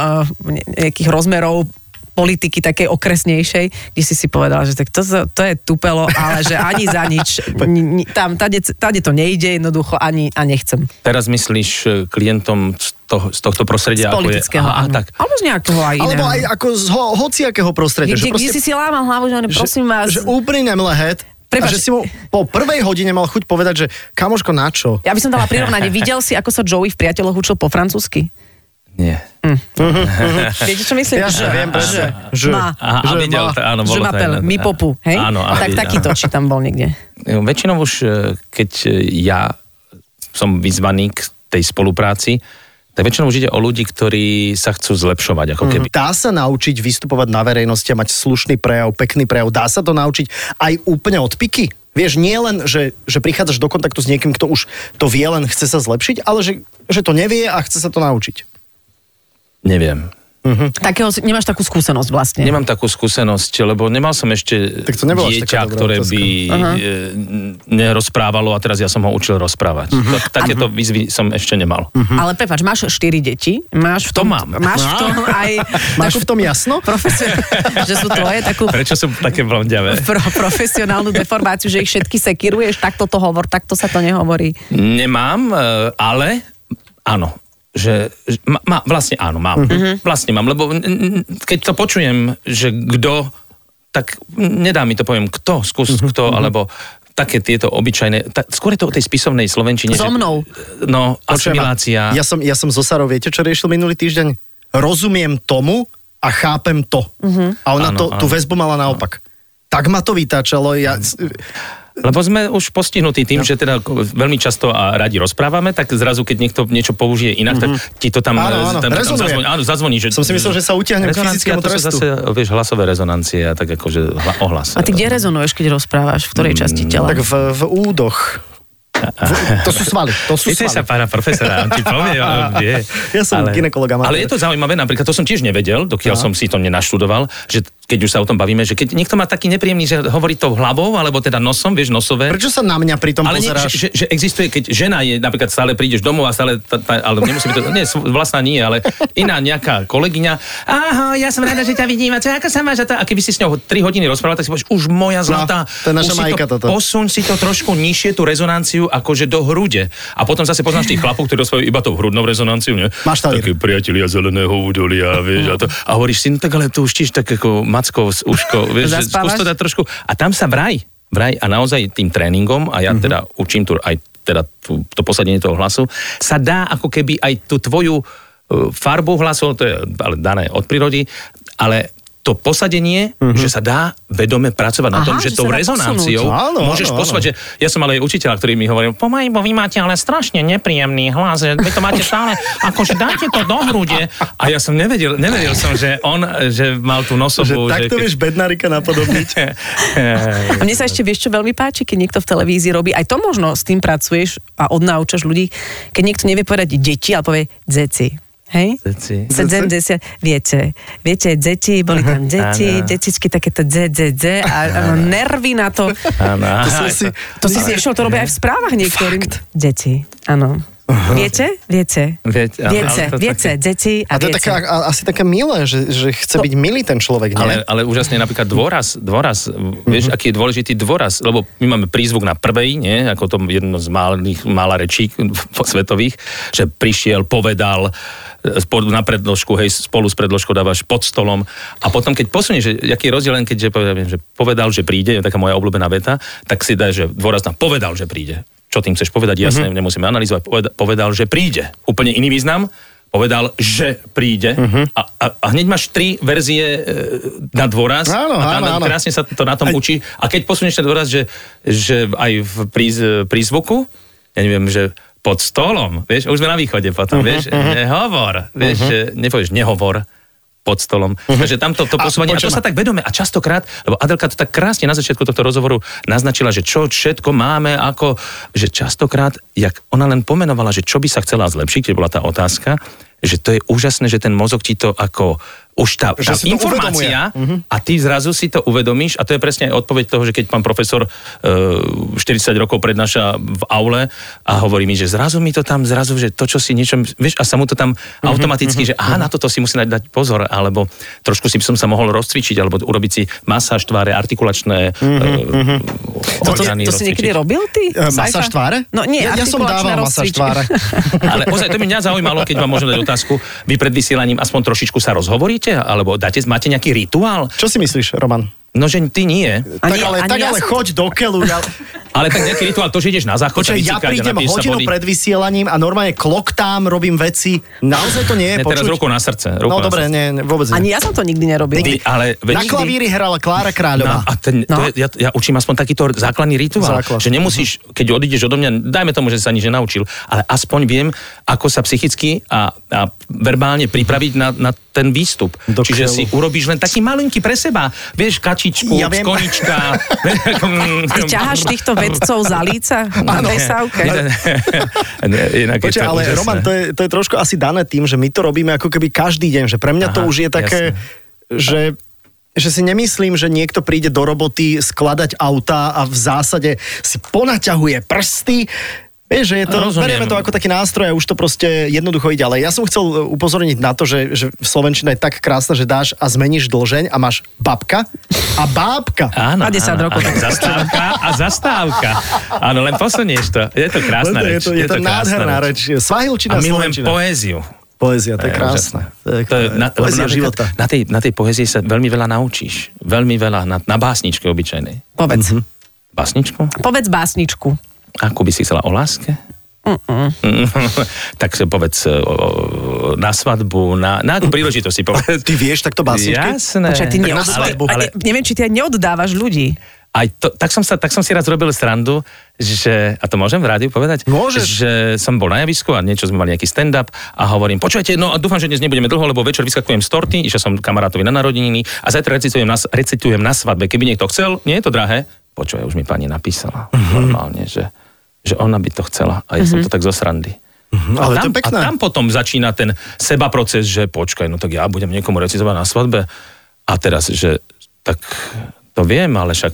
Speaker 5: ne- nejakých rozmerov politiky takej okresnejšej, kde si si povedal, že tak to, sa- to je tupelo, ale že ani za nič, ni, ni, tam, tade, tade to nejde jednoducho ani a nechcem.
Speaker 2: Teraz myslíš e, klientom z, toho, z tohto
Speaker 5: Z
Speaker 2: prostredia, ako je...
Speaker 5: politického.
Speaker 2: Aha,
Speaker 5: áno.
Speaker 2: tak.
Speaker 5: Alebo z nejakého aj iného.
Speaker 4: Alebo aj ako z ho, hociakého prostredia.
Speaker 5: Kde,
Speaker 4: že proste-
Speaker 5: kde si si lámal hlavu, že ono, prosím
Speaker 4: že,
Speaker 5: vás,
Speaker 4: Že úprimne mlehet.
Speaker 5: Prepač.
Speaker 4: Prepač. že si mu po prvej hodine mal chuť povedať, že kamoško, na čo?
Speaker 5: ja by som dala prirovnanie, videl si, ako sa Joey v priateľoch učil po francúzsky?
Speaker 2: Nie.
Speaker 5: Viete, čo myslím?
Speaker 4: Ja že viem, prečo. Že.
Speaker 5: Má.
Speaker 2: Aha, a
Speaker 4: Že
Speaker 2: videl,
Speaker 4: má-
Speaker 2: to, áno,
Speaker 5: že
Speaker 2: bolo to
Speaker 5: mapel,
Speaker 2: aj na-
Speaker 5: mi popu, hej?
Speaker 2: Áno, áno.
Speaker 5: tak
Speaker 2: videl.
Speaker 5: takýto, či tam bol niekde.
Speaker 2: Jo, Väčšinou už, e, keď e, ja som vyzvaný k tej spolupráci, tak väčšinou už ide o ľudí, ktorí sa chcú zlepšovať, ako keby.
Speaker 4: Dá sa naučiť vystupovať na verejnosti a mať slušný prejav, pekný prejav. Dá sa to naučiť aj úplne od piky? Vieš, nie len, že, že prichádzaš do kontaktu s niekým, kto už to vie, len chce sa zlepšiť, ale že, že to nevie a chce sa to naučiť.
Speaker 2: Neviem.
Speaker 5: Takého, si- nemáš takú skúsenosť vlastne.
Speaker 2: Nemám takú skúsenosť, lebo nemal som ešte
Speaker 4: Tak to nebola
Speaker 2: dieťa,
Speaker 4: až taká dobrá
Speaker 2: ktoré
Speaker 4: otázka.
Speaker 2: by e, n- nerozprávalo a teraz ja som ho učil rozprávať.
Speaker 4: Mhm.
Speaker 2: Uh-huh. Takéto výzvy som ešte nemal. Uh-huh.
Speaker 5: Ale prepač, máš štyri deti, máš
Speaker 2: To
Speaker 5: v tom,
Speaker 2: mám.
Speaker 5: máš v tom aj
Speaker 4: Máš
Speaker 5: takú
Speaker 4: v tom jasno?
Speaker 5: profesio- že sú tvoje takú
Speaker 2: Prečo som také blondiavé?
Speaker 5: pro, profesionálnu deformáciu, že ich všetky sekiruješ, takto to hovor, takto sa to nehovorí.
Speaker 2: Nemám, e, ale áno. Že, že ma, ma, vlastne áno, mám.
Speaker 5: Mhm.
Speaker 2: Uh-huh. Vlastne mám, lebo n- n- keď to počujem, že kto, tak nedá mi to poviem, kto, skús
Speaker 4: Mhm,
Speaker 2: uh-huh. kto, alebo také tieto obyčajné, ta, skôr je to o tej spisovnej slovenčine. že-
Speaker 5: So mnou.
Speaker 2: No,
Speaker 4: Počujem,
Speaker 2: asimilácia.
Speaker 4: Ja som, ja som zo Sarou, viete, čo riešil minulý týždeň? Rozumiem tomu a chápem to.
Speaker 5: Mhm.
Speaker 4: Uh-huh. A ona
Speaker 2: Áno,
Speaker 4: to, tú
Speaker 2: áno.
Speaker 4: väzbu mala naopak. Tak ma to vytáčalo. Ja,
Speaker 2: Lebo sme už postihnutí tým,
Speaker 4: No.
Speaker 2: že teda ko- veľmi často a radi rozprávame, tak zrazu, keď niekto niečo použije inak, mm-hmm. tak ti to tam,
Speaker 4: Mhm. Áno, áno,
Speaker 2: tam, tam
Speaker 4: rezonuje.
Speaker 2: zazvoní, áno, zazvoní. Že,
Speaker 4: Som si myslel, že sa utiahnem k
Speaker 2: Rezonancia,
Speaker 4: fyzickému
Speaker 2: to sú
Speaker 4: trestu.
Speaker 2: zase, vieš, hlasové rezonancie a tak akože hla, ohlas.
Speaker 5: A ty kde rezonuješ, keď rozprávaš? V ktorej časti tela?
Speaker 4: tak v, v údoch. V, to sú svaly. To sú
Speaker 2: Pýtaj sa
Speaker 4: svaly.
Speaker 2: pána profesora, on ti povie, on vie.
Speaker 4: Ja som teda. gynekolog amatér.
Speaker 2: Ale je to zaujímavé, napríklad to som tiež nevedel, dokiaľ som si to nenaštudoval, že keď už sa o tom bavíme, že keď niekto má taký nepríjemný, že hovorí to hlavou, alebo teda nosom, vieš, nosové.
Speaker 4: Prečo sa na mňa pri tom
Speaker 2: Ale nie,
Speaker 4: pozeráš?
Speaker 2: že, že existuje, keď žena je, napríklad stále prídeš domov a stále, tá, tá, ale nemusí byť to, nie, sv- vlastná nie, ale iná nejaká kolegyňa, aha, ja som rada, že ťa vidím, a čo, ako sa máš, a, tá, a keby si s ňou 3 hodiny rozprával, tak si povieš, už moja zlatá,
Speaker 4: No, to je
Speaker 2: už
Speaker 4: naša
Speaker 2: si
Speaker 4: Majka
Speaker 2: to,
Speaker 4: toto.
Speaker 2: posuň si to trošku nižšie, tú rezonanciu, akože do hrude. A potom zase poznáš tých chlapov, ktorí rozprávajú iba tou hrudnou rezonanciu, nie?
Speaker 4: Máš talír.
Speaker 2: Takí priatelia zeleného údolia, vieš, a, to, a hovoríš si, no tak ale to už tiež tak ako macko, s- uško, vieš, že skús to
Speaker 5: Zaspávaš?
Speaker 2: dať trošku. A tam sa vraj, vraj a naozaj tým tréningom, a ja mm-hmm. teda učím tu aj teda tú, to posadenie toho hlasu, sa dá ako keby aj tú tvoju e, farbu hlasu, to je ale dané od prírody, ale to posadenie, mm-hmm. že sa dá vedome pracovať na
Speaker 5: Aha,
Speaker 2: tom, že,
Speaker 5: že
Speaker 2: tou
Speaker 5: sa dá
Speaker 2: rezonanciou
Speaker 4: posunúť. Áno, áno,
Speaker 2: môžeš
Speaker 4: áno.
Speaker 2: posúvať, že ja som ale aj učiteľ, ktorý mi hovoril, pomaj, bo vy máte ale strašne nepríjemný hlas, že vy to máte stále, akože dajte to do hrude. A ja som nevedel, nevedel som, že on, e, že mal tú
Speaker 4: Že
Speaker 2: nosovú,
Speaker 4: takto
Speaker 2: keď-
Speaker 4: vieš bednarika napodobniť.
Speaker 5: A mne sa ešte vieš, čo veľmi páči, keď niekto v televízii robí, aj to možno s tým pracuješ a odnaučaš ľudí, keď niekto nevie povedať deti, ale povie dzeci. Hej?
Speaker 2: Dzeci.
Speaker 5: 70, viete, viete, deti, boli tam deti,
Speaker 2: Áno.
Speaker 5: detičky takéto dze, dze, dze a, a nervy na to.
Speaker 2: Áno,
Speaker 4: To
Speaker 2: aha,
Speaker 4: som si...
Speaker 5: To si si to robia aj v správach niektorým. Deti, áno. Viete? Viete?
Speaker 2: Viete, áno, ale
Speaker 5: viete,
Speaker 2: to
Speaker 5: viete, deti
Speaker 4: A
Speaker 5: a,
Speaker 4: to je
Speaker 5: viete.
Speaker 4: také, a, asi také milé, že, že
Speaker 5: No.
Speaker 4: chce byť milý ten človek, nie?
Speaker 2: Ale,
Speaker 4: Mhm.
Speaker 2: ale úžasne napríklad dôraz, dôraz, vieš, aký je dôležitý dôraz, lebo my máme prízvuk na prvej, nie, ako to jedno z málnych, mála rečí po- svetových, že prišiel, povedal, e, spod- na predložku, hej, spolu s predložkou dávaš pod stolom a potom, keď posunieš, že, aký je rozdiel, len keď že povedal, že povedal, že príde, je taká moja obľúbená veta, tak si dá, že dôraz na povedal, že príde. Čo tým chceš povedať, jasne,
Speaker 4: Mhm.
Speaker 2: mm-hmm. nemusíme analyzovať, povedal, povedal, že príde. Úplne iný význam, povedal, že príde
Speaker 4: Mhm.
Speaker 2: uh-huh. a, a, a hneď máš tri verzie e, na dôraz
Speaker 4: Áno,
Speaker 2: a
Speaker 4: áno, áno.
Speaker 2: krásne sa to na tom aj... učí. A keď posunieš ten dôraz, že, že aj v príz, prízvuku, ja neviem, že pod stolom, vieš, už sme na východe potom, vieš,
Speaker 4: Mhm,
Speaker 2: nehovor, vieš, uh-huh. nepovieš nehovor pod stolom. Uh-huh. Takže tamto to
Speaker 4: Mhm. A
Speaker 2: posúvanie, a, a to
Speaker 4: počujem-
Speaker 2: sa tak vedome, a častokrát, lebo Adelka to tak krásne na začiatku tohto rozhovoru naznačila, že čo všetko máme, ako, že častokrát, jak ona len pomenovala, že čo by sa chcela zlepšiť, keď bola tá otázka, že to je úžasné, že ten mozog ti to ako už tá, tá
Speaker 4: Že si to
Speaker 2: informácia Mhm. a ty zrazu si to uvedomíš a to je presne aj odpoveď toho, že keď pán profesor e, 40 rokov prednáša v aule a hovorí mi, že zrazu mi to tam, zrazu, že to, čo si niečo, vieš, a sa mu to tam
Speaker 5: Mhm,
Speaker 2: automaticky, že aha, na toto si musí dať- dať pozor, alebo trošku si by som sa mohol rozcvičiť, alebo urobiť si masáž tváre, artikulačné e,
Speaker 5: To, to,
Speaker 2: orgány
Speaker 5: Mhm, to si niekedy
Speaker 2: rozcvičiť.
Speaker 5: robil ty?
Speaker 4: E,
Speaker 5: Saifa?
Speaker 4: Masáž tváre?
Speaker 5: No nie,
Speaker 4: ja, ja som
Speaker 5: artikulačné
Speaker 4: dával masáž
Speaker 5: rozcvičky.
Speaker 4: tváre.
Speaker 2: Ale ozaj, to by mňa zaujímalo, keď vám môžem dať otázku. Vy pred vysielaním aspoň trošičku sa rozhovoríte? Alebo dáte, máte nejaký rituál?
Speaker 4: Čo si myslíš, Roman?
Speaker 2: No, že ty nie.
Speaker 4: Tak
Speaker 5: Ani-
Speaker 4: ale,
Speaker 5: ani
Speaker 4: tak
Speaker 5: ja
Speaker 4: ale
Speaker 5: som-
Speaker 4: choď do keľu. Ja,
Speaker 2: Ale tak nejaký rituál, to, že ideš na záchod,
Speaker 4: Počkaj, ja
Speaker 2: vycikať
Speaker 4: prídem
Speaker 2: napiješ sa
Speaker 4: hodinu
Speaker 2: vody.
Speaker 4: pred vysielaním a normálne kloktám, robím veci. Naozaj to nie je
Speaker 2: Ne, teraz
Speaker 4: počuť?
Speaker 2: ruku na srdce. Ruku
Speaker 4: No
Speaker 2: na
Speaker 4: dobre,
Speaker 2: srdce.
Speaker 4: nie, nie, vôbec
Speaker 5: Ani
Speaker 4: nie.
Speaker 5: ja som to nikdy nerobil.
Speaker 2: Ty, ale
Speaker 4: Na
Speaker 2: veď-
Speaker 4: klavíri hrala Klára
Speaker 2: No,
Speaker 4: Kráľová.
Speaker 2: a ten, no. to
Speaker 5: No.
Speaker 2: je, ja, ja učím aspoň takýto základný rituál, Základ.
Speaker 4: Základ.
Speaker 2: že nemusíš, keď odídeš odo mňa, dajme tomu, že sa nič nenaučil, ale aspoň viem, ako sa psychicky a, a verbálne pripraviť na, na ten výstup.
Speaker 4: Do
Speaker 2: Čiže
Speaker 4: keľu.
Speaker 2: si urobíš len taký malinký pre seba, vieš, kačičku,
Speaker 4: Ja
Speaker 2: ja
Speaker 4: viem.
Speaker 2: konička.
Speaker 5: Ty ťaháš týchto vedcov za líca na presávke.
Speaker 2: Inak je
Speaker 4: Počkaj, ale
Speaker 2: úžasné.
Speaker 4: Roman, to je, to je trošku asi dané tým, že my to robíme ako keby každý deň, že pre mňa to
Speaker 2: Aha,
Speaker 4: už je také, že že si nemyslím, že niekto príde do roboty skladať autá a v zásade si ponaťahuje prsty. Vieš, že je to,
Speaker 2: Rozumiem.
Speaker 4: berieme to ako taký nástroj a už to proste jednoducho ide. Ale ja som chcel e, upozorniť na to, že, že Slovenčina je tak krásna, že dáš a zmeníš dlžeň a máš babka a bábka.
Speaker 2: Áno,
Speaker 5: A 10
Speaker 2: áno,
Speaker 5: rokov.
Speaker 2: Áno. Zastávka a zastávka. Áno, len posunieš to. Je to krásna
Speaker 4: je
Speaker 2: reč.
Speaker 4: to, je to,
Speaker 2: krásna
Speaker 4: nádherná reč.
Speaker 2: A
Speaker 4: Svahilčina,
Speaker 2: milujem
Speaker 4: slovenčina.
Speaker 2: poéziu. Eh,
Speaker 4: Poézia, to je krásne.
Speaker 2: To je, na, lebo
Speaker 4: poézia
Speaker 2: napríklad
Speaker 4: života.
Speaker 2: Na tej, na tej poézii sa veľmi veľa naučíš. Veľmi veľa na, na básničke obyčajnej.
Speaker 5: Povedz.
Speaker 2: Mhm. Básničku?
Speaker 5: Povedz básničku.
Speaker 2: Ako by si chcela o láske? tak si povedz eh, o, o, na svadbu, na, na príležitosti povedz.
Speaker 4: Ty vieš takto básničky?
Speaker 2: Jasné.
Speaker 5: Počkaj, ty
Speaker 2: Tak
Speaker 5: neod...
Speaker 2: na svadbu,
Speaker 5: ale...
Speaker 2: ale-
Speaker 5: Neviem, či ty aj neoddávaš ľudí.
Speaker 2: Aj to, tak, som sa, tak som si raz robil srandu, že, a to môžem v rádiu povedať?
Speaker 4: Môžeš.
Speaker 2: Že som bol na javisku a niečo sme mali nejaký stand-up a hovorím, počujete, no a dúfam, že dnes nebudeme dlho, lebo večer vyskakujem z torty, išiel som kamarátovi na narodeniny a zajtra recitujem na, s- recitujem na svadbe. Keby niekto chcel, nie je to drahé. Počuje, už mi pani napísala normálne, že, že ona by to chcela a ja som to tak zo srandy.
Speaker 4: No, ale
Speaker 2: a, tam,
Speaker 4: to je pekné.
Speaker 2: a tam potom začína ten seba proces, že počkaj, no tak ja budem niekomu recitovať na svadbe a teraz, že tak to viem, ale však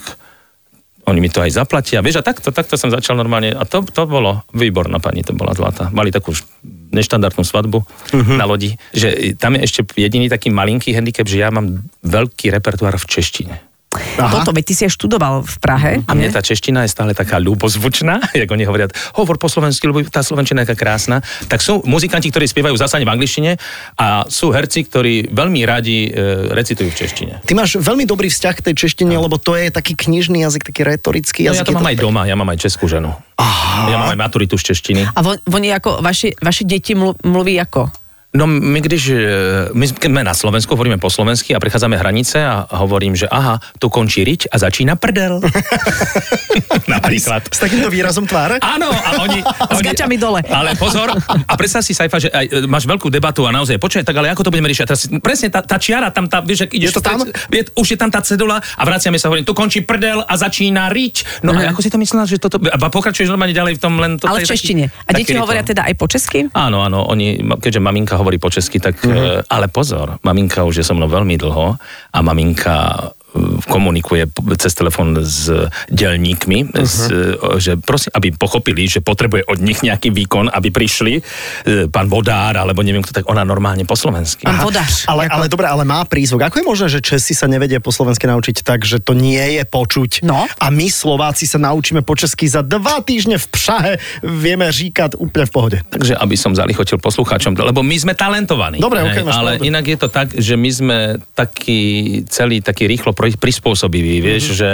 Speaker 2: oni mi to aj zaplatia. Vieš, a takto, takto som začal normálne. A to, to bolo výborná pani, to bola zlatá. Mali takú š- neštandardnú svadbu
Speaker 4: Mhm.
Speaker 2: uh-huh. na lodi. Že tam je ešte jediný taký malinký handicap, že ja mám veľký repertoár v češtine.
Speaker 4: Aha.
Speaker 5: Toto, veď ty si aj študoval v Prahe.
Speaker 2: A mne tá čeština je stále taká ľubozvučná, jak oni hovoria, hovor po slovensky, lebo tá slovenčina je taká krásna. Tak sú muzikanti, ktorí spievajú zásadne v angličtine a sú herci, ktorí veľmi radi e, recitujú v češtine.
Speaker 4: Ty máš veľmi dobrý vzťah k tej češtine, lebo to je taký knižný jazyk, taký retorický
Speaker 2: No, ja
Speaker 4: jazyk.
Speaker 2: to mám aj
Speaker 4: je
Speaker 2: doma, ja mám aj českú ženu. Aha. Ja mám aj maturitu z češtiny.
Speaker 5: A vo- oni ako, vaši, vaši deti mlu- mluví ako?
Speaker 2: No my když, e, my sme na Slovensku, hovoríme po slovensky a prechádzame hranice a hovorím, že aha, tu končí riť a začína prdel. Napríklad.
Speaker 4: S takýmto výrazom tváre?
Speaker 2: Áno, a oni...
Speaker 5: S
Speaker 2: oni-
Speaker 5: gaťami dole.
Speaker 2: Ale pozor, a predstav si, Saifa, že aj, e, máš veľkú debatu a naozaj, počkaj, tak ale ako to budeme riešiť? A Teraz, presne tá, tá čiara, tam tá, vieš, ak ideš...
Speaker 4: Je to tam?
Speaker 2: Je, už je tam tá cedula a vraciame sa, hovorím, tu končí prdel a začína riť. No a ako si to myslela, že toto... A pokračuješ normálne ďalej v tom len... Toto
Speaker 5: Mhm. ale
Speaker 2: je
Speaker 5: v
Speaker 2: taký-
Speaker 5: češtine. A
Speaker 2: taký
Speaker 5: deti
Speaker 2: rituál.
Speaker 5: hovoria teda aj po česky?
Speaker 2: Áno, áno, oni, ma- keďže maminka hovorí po česky, tak... Mm-hmm. Ale pozor, maminka už je so mnou veľmi dlho a maminka eh, komunikuje p- cez telefón s delníkmi, uh-huh. s, eh, že prosím, aby pochopili, že potrebuje od nich nejaký výkon, aby prišli, eh, pán Vodár, alebo neviem kto, tak ona normálne po slovensky.
Speaker 5: Aha. Vodáš.
Speaker 4: Ale, ale dobre, ale má prízvuk. Ako je možné, že Česi sa nevedia po slovensky naučiť tak, že to nie je počuť?
Speaker 5: No.
Speaker 4: A my Slováci sa naučíme po česky za dva týždne v Prahe, vieme říkať úplne v pohode.
Speaker 2: Takže aby som zalichotil poslucháčom, lebo my sme talentovaní.
Speaker 4: Dobre,
Speaker 2: hej,
Speaker 4: okej, máš
Speaker 2: Ale
Speaker 4: pravdu.
Speaker 2: inak je to tak, že my sme taký celý, taký rýchlo pri- prispôsobivý, vieš, mm-hmm. že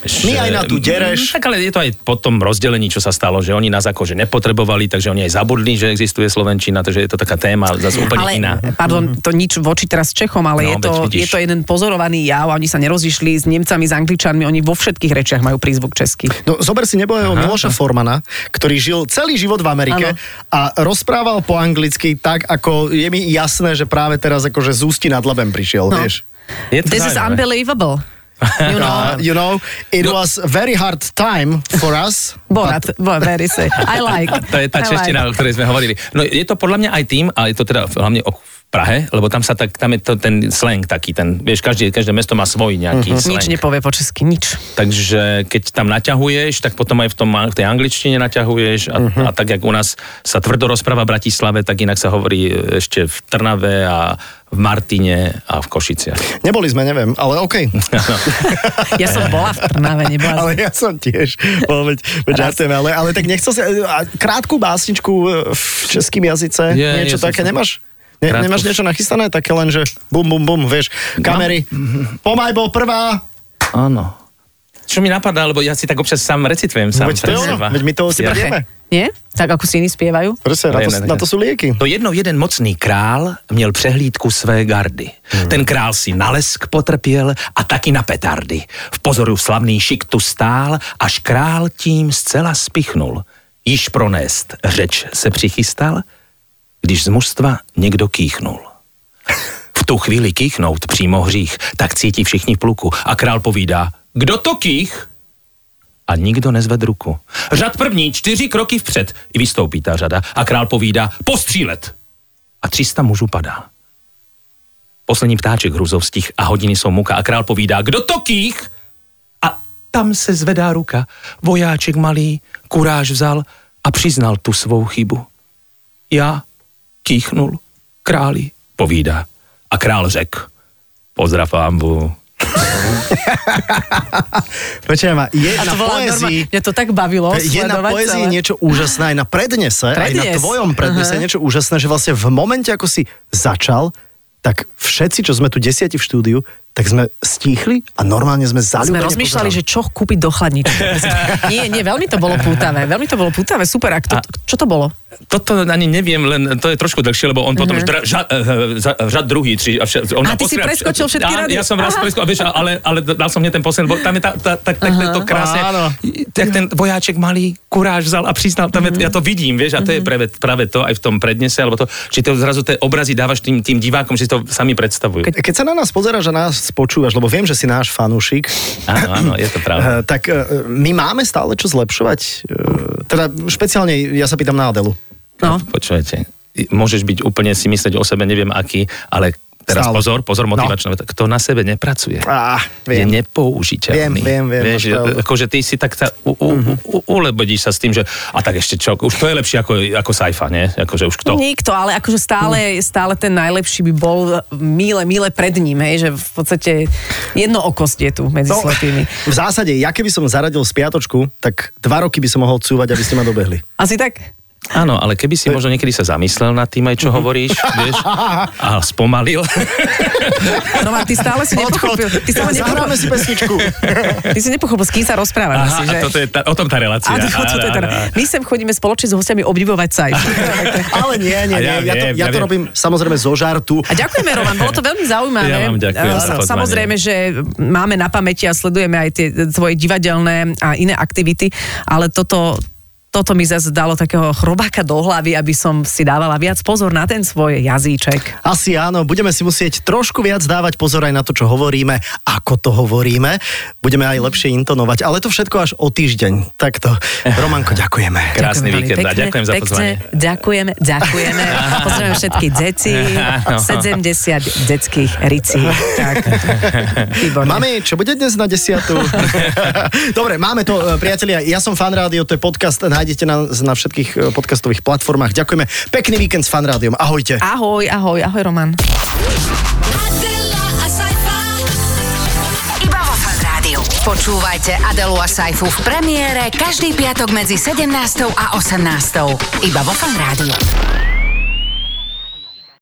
Speaker 4: Mhm. My aj na tú dereš.
Speaker 2: Mm, Tak ale je to aj po tom rozdelení, čo sa stalo, že oni nás akože nepotrebovali, takže oni aj zabudli, že existuje Slovenčina, takže je to taká téma zase úplne
Speaker 5: ale,
Speaker 2: iná.
Speaker 5: Pardon,
Speaker 2: Mhm.
Speaker 5: to nič voči teraz Čechom, ale
Speaker 2: No,
Speaker 5: je, to,
Speaker 2: veď vidíš.
Speaker 5: je to jeden pozorovaný jav. a Oni sa nerozišli s Nemcami, s Angličanmi, oni vo všetkých rečiach majú prízvuk český.
Speaker 4: No, zober si nebojového Miloša Formana, ktorý žil celý život v Amerike
Speaker 5: Áno.
Speaker 4: a rozprával po anglicky tak, ako je mi jasné, že práve teraz akože z ústi nad labem prišiel,
Speaker 5: No.
Speaker 4: vieš.
Speaker 2: Je to
Speaker 5: This is
Speaker 2: zaujímavé.
Speaker 5: unbelievable.
Speaker 4: Uh,
Speaker 5: You know,
Speaker 4: you know, it
Speaker 2: No.
Speaker 4: was very hard time for us.
Speaker 5: Borat, bo- very say. I like.
Speaker 2: to je tá
Speaker 5: I
Speaker 2: čeština, o ktorej sme hovorili. No je to podľa mňa aj tým, ale je to teda hlavne o v Prahe, lebo tam sa tak, tam je to ten slang taký, ten, vieš, každý, každé mesto má svoj nejaký
Speaker 5: Like.
Speaker 2: slang.
Speaker 5: Mhm. Nič nepovie po česky, nič.
Speaker 2: Takže keď tam naťahuješ, tak potom aj v, tom, v tej angličtine naťahuješ a,
Speaker 4: Mhm.
Speaker 2: uh-huh. a tak, jak u nás sa tvrdo rozpráva v Bratislave, tak inak sa hovorí e, ešte v Trnave a v Martine a v Košiciach.
Speaker 4: Neboli sme, neviem, ale okej.
Speaker 5: Ja som bola v Trnave, nebola som
Speaker 4: Ale ja som tiež, bol, veď, veď
Speaker 5: Raz.
Speaker 4: žartujem, ale, ale tak nechcel si, a krátku básničku e, v českým jazyce,
Speaker 2: Je,
Speaker 4: niečo
Speaker 2: je,
Speaker 4: také,
Speaker 2: som-
Speaker 4: nemáš? Ne,
Speaker 2: Krátku.
Speaker 4: nemáš niečo nachystané? Také len, že bum, bum, bum, vieš, kamery,
Speaker 2: No.
Speaker 4: pomaj bol prvá,
Speaker 2: Áno. Čo mi napadá, lebo ja si tak občas sám recitujem sám.
Speaker 4: No veď to je
Speaker 2: pre
Speaker 4: ono,
Speaker 2: seba.
Speaker 4: veď my to si
Speaker 2: Ja-
Speaker 4: prejeme.
Speaker 5: Nie? Tak ako si iní spievajú?
Speaker 4: Proste, na to,
Speaker 2: Prejeme,
Speaker 4: na to sú lieky.
Speaker 2: To No jednou jeden mocný král měl přehlídku své gardy. Ten král si na lesk potrpěl a taky na petardy. V pozoru slavný šik tu stál, až král tím zcela spichnul. Již pronést řeč se přichystal, když z mužstva někdo kýchnul. V tu chvíli kýchnout přímo hřích, tak cítí všichni pluku a král povídá, kdo to kých? a nikdo nezved ruku. Řad první, čtyři kroky vpřed. I vystoupí ta řada a král povídá postřílet. A 300 mužů padá. Poslední ptáček hruzovských a hodiny jsou muka a král povídá, kdo to kých? A tam se zvedá ruka. Vojáček malý kuráž vzal a přiznal tu svou chybu. Já kýchnul, králi, povídá. A král řekl, pozdrav ámbu.
Speaker 4: Počujem ma, je
Speaker 5: A
Speaker 4: na
Speaker 5: to bola
Speaker 4: poézii...
Speaker 5: normálne, mňa to tak bavilo
Speaker 4: Je na
Speaker 5: sledovať
Speaker 4: poézii
Speaker 5: celé.
Speaker 4: niečo úžasné, aj na prednese, aj na
Speaker 5: Prednes.
Speaker 4: tvojom prednese je niečo úžasné, že vlastne v momente, ako si začal, tak všetci, čo sme tu desiati v štúdiu, tak sme stíchli a normálne sme
Speaker 5: sme
Speaker 4: zalúbene
Speaker 5: rozmýšľali, že
Speaker 4: pozerali.
Speaker 5: čo kúpiť do chladničky. nie, nie, veľmi to bolo pútavé. Veľmi to bolo pútavé, super. A kto, čo to bolo?
Speaker 2: Toto ani neviem, len to je trošku dlhšie, lebo on potom uh-huh. dra, ža, eh, za- žad druhý, tri, a vša, on
Speaker 5: Mhm. A
Speaker 2: ma
Speaker 5: ty si
Speaker 2: postria-
Speaker 5: preskočil všetky
Speaker 2: Á,
Speaker 5: rady.
Speaker 2: Ja som raz
Speaker 5: Aha.
Speaker 2: preskočil, vieš, ale, ale dal som mne ten posledný, bo tam je tá, tá, tak, tak, to krásne,
Speaker 4: Áno.
Speaker 2: tak ten vojáček malý kuráž vzal a priznal, tam
Speaker 5: Mhm.
Speaker 2: je, ja to vidím, vieš, a to je práve, práve to aj v tom prednese, alebo to, či to zrazu tie obrazy dávaš tým, tým divákom, že si to sami predstavujú.
Speaker 4: Keď sa na nás pozeráš a nás počúvaš, lebo viem, že si náš fanúšik,
Speaker 2: Áno, áno, je to pravda.
Speaker 4: eh, tak eh, my máme stále čo zlepšovať. Eh, Teda špeciálne, ja sa pýtam na Adelu.
Speaker 5: No.
Speaker 2: Počujete, môžeš byť úplne si myslieť o sebe, neviem aký, ale teraz
Speaker 4: Stále.
Speaker 2: pozor, pozor,
Speaker 4: No.
Speaker 2: motivačná veta. Kto na sebe nepracuje,
Speaker 4: Á,
Speaker 2: je
Speaker 4: viem.
Speaker 2: nepoužiteľný.
Speaker 4: Viem, viem, viem,
Speaker 2: Vieš,
Speaker 4: máš pravdu.
Speaker 2: akože ty si tak sa u, u,
Speaker 4: Mhm.
Speaker 2: u, ulebodíš sa s tým, že a tak ešte čo, už to je lepšie ako, ako sci-fi, nie? Akože už kto?
Speaker 5: Nikto, ale akože
Speaker 4: Hm.
Speaker 5: stále, stále ten najlepší by bol míle, míle pred ním, hej, že v podstate jedno okosť je tu medzi
Speaker 4: No,
Speaker 5: slepými.
Speaker 4: v zásade, ja keby som zaradil spiatočku, tak dva roky by som mohol cúvať, aby ste ma dobehli.
Speaker 5: Asi tak?
Speaker 2: Áno, ale keby si možno niekedy sa zamyslel nad tým aj,
Speaker 4: Mhm.
Speaker 2: čo hovoríš, vieš, a spomalil.
Speaker 5: Roman, No ty stále si nepochopil. Ty, stále
Speaker 4: Zahráme
Speaker 5: nepochopil,
Speaker 4: si pesničku.
Speaker 5: ty si nepochopil, s kým sa rozprávaš. asi, že?
Speaker 2: Aha, a toto je tá, o tom tá relácia.
Speaker 5: A to, to, to, je teda. My sem chodíme spoločne s hostiami obdivovať sa.
Speaker 4: Ale nie, nie,
Speaker 2: A
Speaker 4: nie.
Speaker 2: ja
Speaker 4: Ja, ja, to,
Speaker 2: viem, ja
Speaker 4: ja, to
Speaker 2: viem.
Speaker 4: robím samozrejme zo žartu.
Speaker 5: A ďakujeme, Roman, bolo to veľmi zaujímavé.
Speaker 2: Ja vám ďakujem
Speaker 5: Eh,
Speaker 2: za pozvanie.
Speaker 5: Samozrejme, že máme na pamäti a sledujeme aj tie tvoje divadelné a iné aktivity, ale toto, toto mi zase dalo takého chrobáka do hlavy, aby som si dávala viac pozor na ten svoj jazyček.
Speaker 4: Asi áno, budeme si musieť trošku viac dávať pozor aj na to, čo hovoríme, ako to hovoríme. Budeme aj lepšie intonovať, ale to všetko až o týždeň. Takto. Romanko, ďakujeme.
Speaker 2: Krásny
Speaker 5: Ďakujem veľmi
Speaker 2: víkend a
Speaker 5: pekne,
Speaker 2: ďakujem za
Speaker 5: pekne,
Speaker 2: pozvanie.
Speaker 5: Ďakujeme, ďakujeme. Pozdravujem všetky deti, 70 detských ricí. Tak, výborné.
Speaker 4: Mami, čo bude dnes na desiatu? Dobre, máme to, eh, priatelia. Ja som Fan Rádio, to je podcast, nájdete nás na všetkých eh, podcastových platformách. Ďakujeme. Pekný víkend s Fan Rádiom. Ahojte.
Speaker 5: Ahoj, ahoj, ahoj Roman.
Speaker 3: Adela, a sci-fi.
Speaker 1: Iba vo Fan Rádiu. Počúvajte Adelu a Saifu v premiére každý piatok medzi 17. a 18. Iba vo Fan Rádiu.